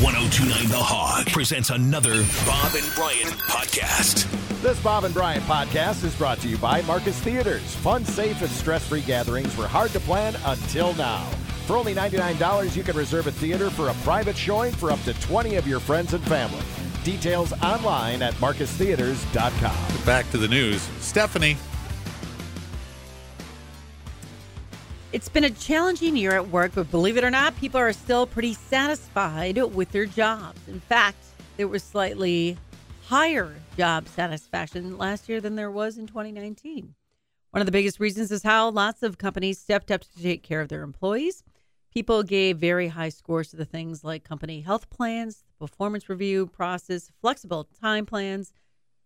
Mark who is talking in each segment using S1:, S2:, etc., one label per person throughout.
S1: 1029 The Hog presents another Bob and Brian podcast.
S2: This Bob and Brian podcast is brought to you by Marcus Theaters. Fun, safe, and stress free gatherings were hard to plan until now. For only $99, you can reserve a theater for a private showing for up to 20 of your friends and family. Details online at marcustheaters.com.
S3: Back to the news. Stephanie.
S4: It's been a challenging year at work, but believe it or not, people are still pretty satisfied with their jobs. In fact, there was slightly higher job satisfaction last year than there was in 2019. One of the biggest reasons is how lots of companies stepped up to take care of their employees. People gave very high scores to the things like company health plans, performance review process, flexible time plans,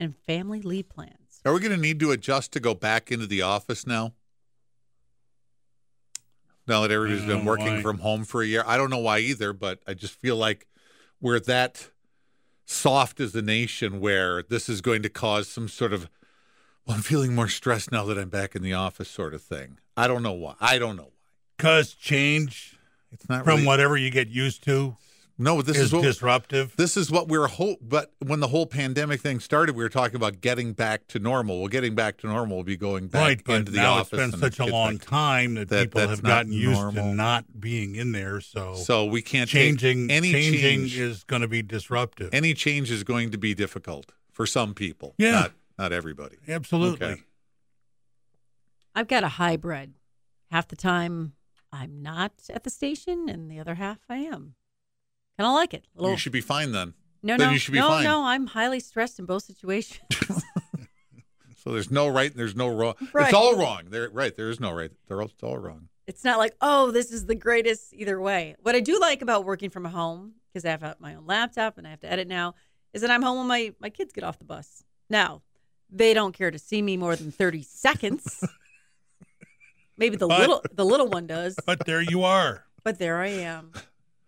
S4: and family leave plans.
S3: Are we going to need to adjust to go back into the office now? Now that everybody's
S5: don't
S3: been
S5: know
S3: working
S5: Mm, why.
S3: from home for a year, I don't know why either, but I just feel like we're that soft as a nation where this is going to cause some sort of, well, I'm feeling more stressed now that I'm back in the office sort of thing. I don't know why. I don't know why.
S5: Cause change
S3: It's not
S5: from
S3: really,
S5: whatever you get used to
S3: No, this
S5: is,
S3: is, what
S5: disruptive.
S3: this is what we were hope. But when the whole pandemic thing started, we were talking about getting back to normal. Well, getting back to normal will be going back
S5: right, but
S3: into the
S5: now
S3: office.
S5: it's been
S3: and
S5: such a
S3: it's
S5: long
S3: like-
S5: time that,
S3: that-
S5: people
S3: that's
S5: have
S3: not
S5: gotten used
S3: normal.
S5: to not being in there. So,
S3: So we can't take
S5: changing
S3: any
S5: changing
S3: change.
S5: is going to be disruptive.
S3: any change is going to be difficult for some people.
S5: Yeah.
S3: Not, not everybody.
S5: Absolutely.
S3: Okay.
S4: I've got a hybrid. Half the time I'm not at the station, and the other half I am. Kind of like it. A little,
S3: You should be fine then.
S4: no,
S3: then
S4: no,
S3: you should be
S4: no,
S3: fine.
S4: no. I'm highly stressed in both situations.
S3: So there's no right and there's no wrong.
S4: Right.
S3: It's all wrong. There, right. There is no right. They're all, it's all wrong.
S4: it's not like, oh, this is the greatest either way. What I do like about working from home, because I have uh, my own laptop and I have to edit now, is that I'm home when my, my kids get off the bus. Now, they don't care to see me more than 30 seconds. Maybe the
S5: But-
S4: little the little one does,
S5: But there you are.
S4: but there I am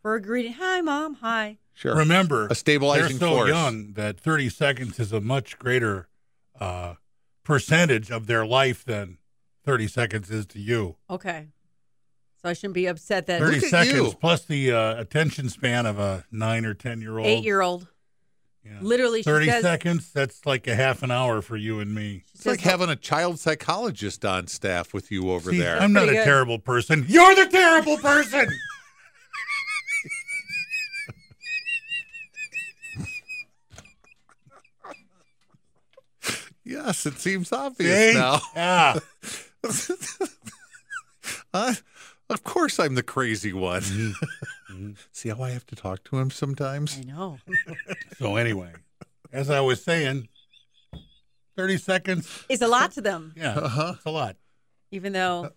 S4: for a greeting. Hi, mom. Hi.
S3: Sure.
S5: Remember,
S3: a stabilizing
S5: they're so
S3: force.
S5: young that 30 seconds is a much greater uh, percentage of their life than 30 seconds is to you.
S4: Okay. So I shouldn't be upset that
S5: 30
S3: Look at
S5: seconds
S3: you.
S5: plus the uh, attention span of a nine or 10 year old.
S4: eight year old
S5: Yeah.
S4: literally she
S5: 30
S4: says,
S5: seconds, that's like a half an hour for you and me.
S4: she
S3: It's like
S4: says,
S3: having a child psychologist on staff with you over
S5: See,
S3: there.
S5: I'm not
S4: Pretty
S5: a
S4: good.
S5: terrible person. You're the terrible person.
S3: yes, it seems obvious
S5: See?
S3: now.
S5: Yeah.
S3: Uh, of course, I'm the crazy one. Mm-hmm. See how I have to talk to him sometimes?
S4: I know.
S5: So, anyway, as I was saying, 30 seconds,
S4: It's a lot to them,
S5: yeah,
S3: Uh-huh.
S5: it's a lot.
S4: even though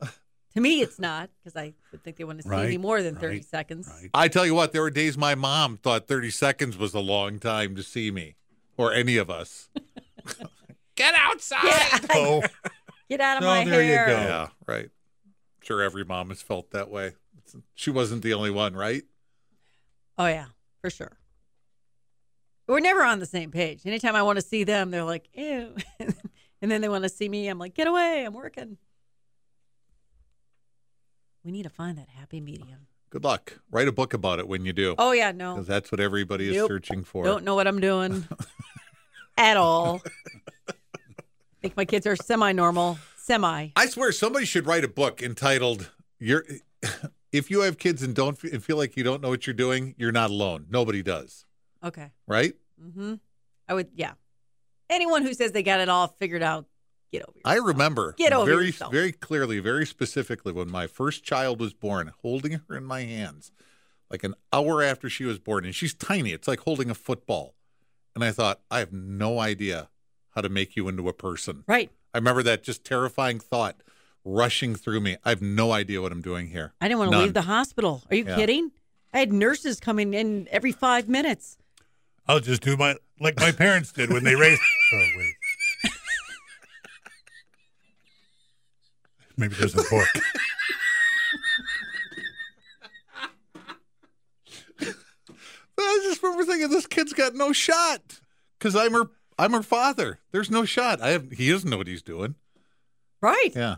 S4: to me it's not because I would think they want to see me
S5: Right,
S4: more than 30
S5: right,
S4: seconds.
S5: Right.
S3: I tell you what, there were days my mom thought 30 seconds was a long time to see me or any of us. Get outside.
S4: Yeah,
S5: So,
S4: get out of
S5: So
S3: Oh,
S4: my
S5: Oh. there you
S4: hair.
S5: go.
S3: Yeah, right. Sure, every mom has felt that way. She wasn't the only one, right?
S4: Oh, yeah, for sure. We're never on the same page. Anytime I want to see them, they're like, ew. and then they want to see me. I'm like, get away. I'm working. We need to find that happy medium.
S3: Good luck. Write a book about it when you do.
S4: Oh, yeah, no.
S3: 'Cause that's what everybody is
S4: Nope.
S3: searching for.
S4: Don't know what I'm doing at all. think my kids are semi-normal. Semi.
S3: I swear somebody should write a book entitled "You're if you have kids and don't f- feel like you don't know what you're doing, you're not alone. Nobody does."
S4: Okay.
S3: Right?
S4: Mm-hmm. I would. Yeah. Anyone who says they got it all figured out, get over.
S3: I
S4: yourself.
S3: remember
S4: Get over
S3: very
S4: yourself.
S3: very clearly, very specifically when my first child was born, holding her in my hands like an hour after she was born and she's tiny. It's like holding a football. And I thought, I have no idea how to make you into a person.
S4: Right.
S3: I remember that just terrifying thought rushing through me. I have no idea what I'm doing here.
S4: I didn't want to
S3: None.
S4: leave the hospital. Are you
S3: Yeah.
S4: kidding? I had nurses coming in every five minutes.
S5: I'll just do my like my parents did when they raised. Oh wait, maybe there's a fork.
S3: I just remember thinking this kid's got no shot because I'm her. I'm her father. There's no shot. I have. He doesn't know what he's doing.
S4: Right.
S3: Yeah.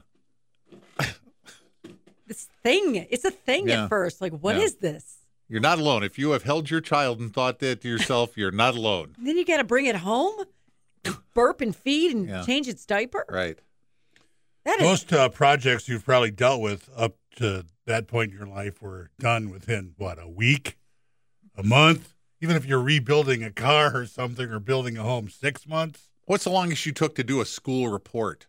S4: This thing. It's a thing
S3: Yeah.
S4: at first. Like, what
S3: Yeah.
S4: is this?
S3: You're not alone. If you have held your child and thought that to yourself, you're not alone.
S4: Then you got to bring it home, burp and feed and
S3: Yeah.
S4: change its diaper.
S3: Right.
S4: That is
S5: Most uh, projects you've probably dealt with up to that point in your life were done within what a week, a month. Even if you're rebuilding a car or something or building a home, six months.
S3: What's the longest you took to do a school report?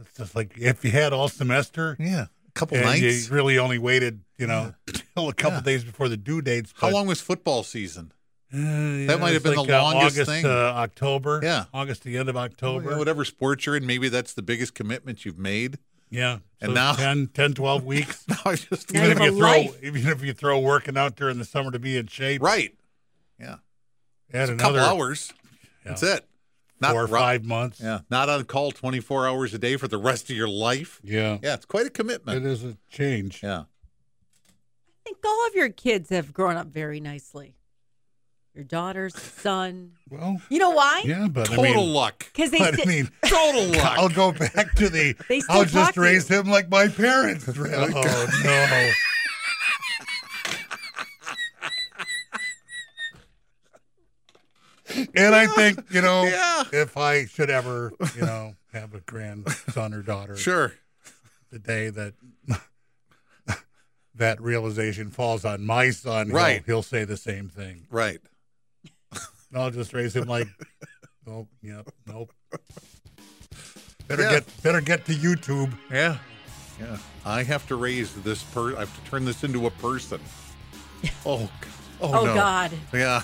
S5: It's just like if you had all semester
S3: Yeah, a couple
S5: and
S3: nights.
S5: you really only waited, you know, till a couple
S3: Yeah.
S5: days before the due dates.
S3: How
S5: but-
S3: long was football season?
S5: Uh, yeah,
S3: That might have
S5: it's
S3: been the
S5: like, uh,
S3: longest
S5: August,
S3: thing.
S5: Uh, October.
S3: Yeah.
S5: August, the end of October.
S3: Well, Whatever sport you're in, maybe that's the biggest commitment you've made.
S5: Yeah.
S3: And
S5: So
S3: now-
S5: 10, 10, 12 weeks.
S3: Now I just
S4: Now you
S5: even if
S4: have
S5: you
S4: a
S5: throw,
S4: life.
S5: even if you throw working out during the summer to be in shape,
S3: right. Yeah,
S5: add
S3: a couple
S5: another
S3: hours.
S5: yeah,
S3: That's it. Not
S5: four or
S3: ru-
S5: five months.
S3: Yeah, not on call 24 hours a day for the rest of your life.
S5: yeah,
S3: Yeah, it's quite a
S5: it
S3: commitment.
S5: is a change.
S3: Yeah.
S4: I think all of your kids have grown up very nicely. Your daughter's son.
S5: Well,
S4: You know why?
S5: yeah, but
S3: Total
S5: I mean,
S3: luck.
S4: Because they
S5: but
S4: sti-
S5: I mean,
S3: Total luck.
S5: I'll go back to the.
S4: They still
S5: I'll
S4: talk
S5: just
S4: to
S5: raise
S4: you.
S5: him like my parents. oh no. And I think you know
S3: Yeah.
S5: if I should ever you know have a grandson or daughter,
S3: Sure.
S5: the day that that realization falls on my son, he'll-
S3: Right.
S5: He'll, say the same thing.
S3: Right.
S5: And I'll just raise him like, nope, yep, nope. Better
S3: Yeah.
S5: get better get to YouTube.
S3: Yeah. Yeah. I have to raise this per I have to turn this into a person. Oh, g- oh,
S4: Oh,
S3: no.
S4: God.
S3: Yeah.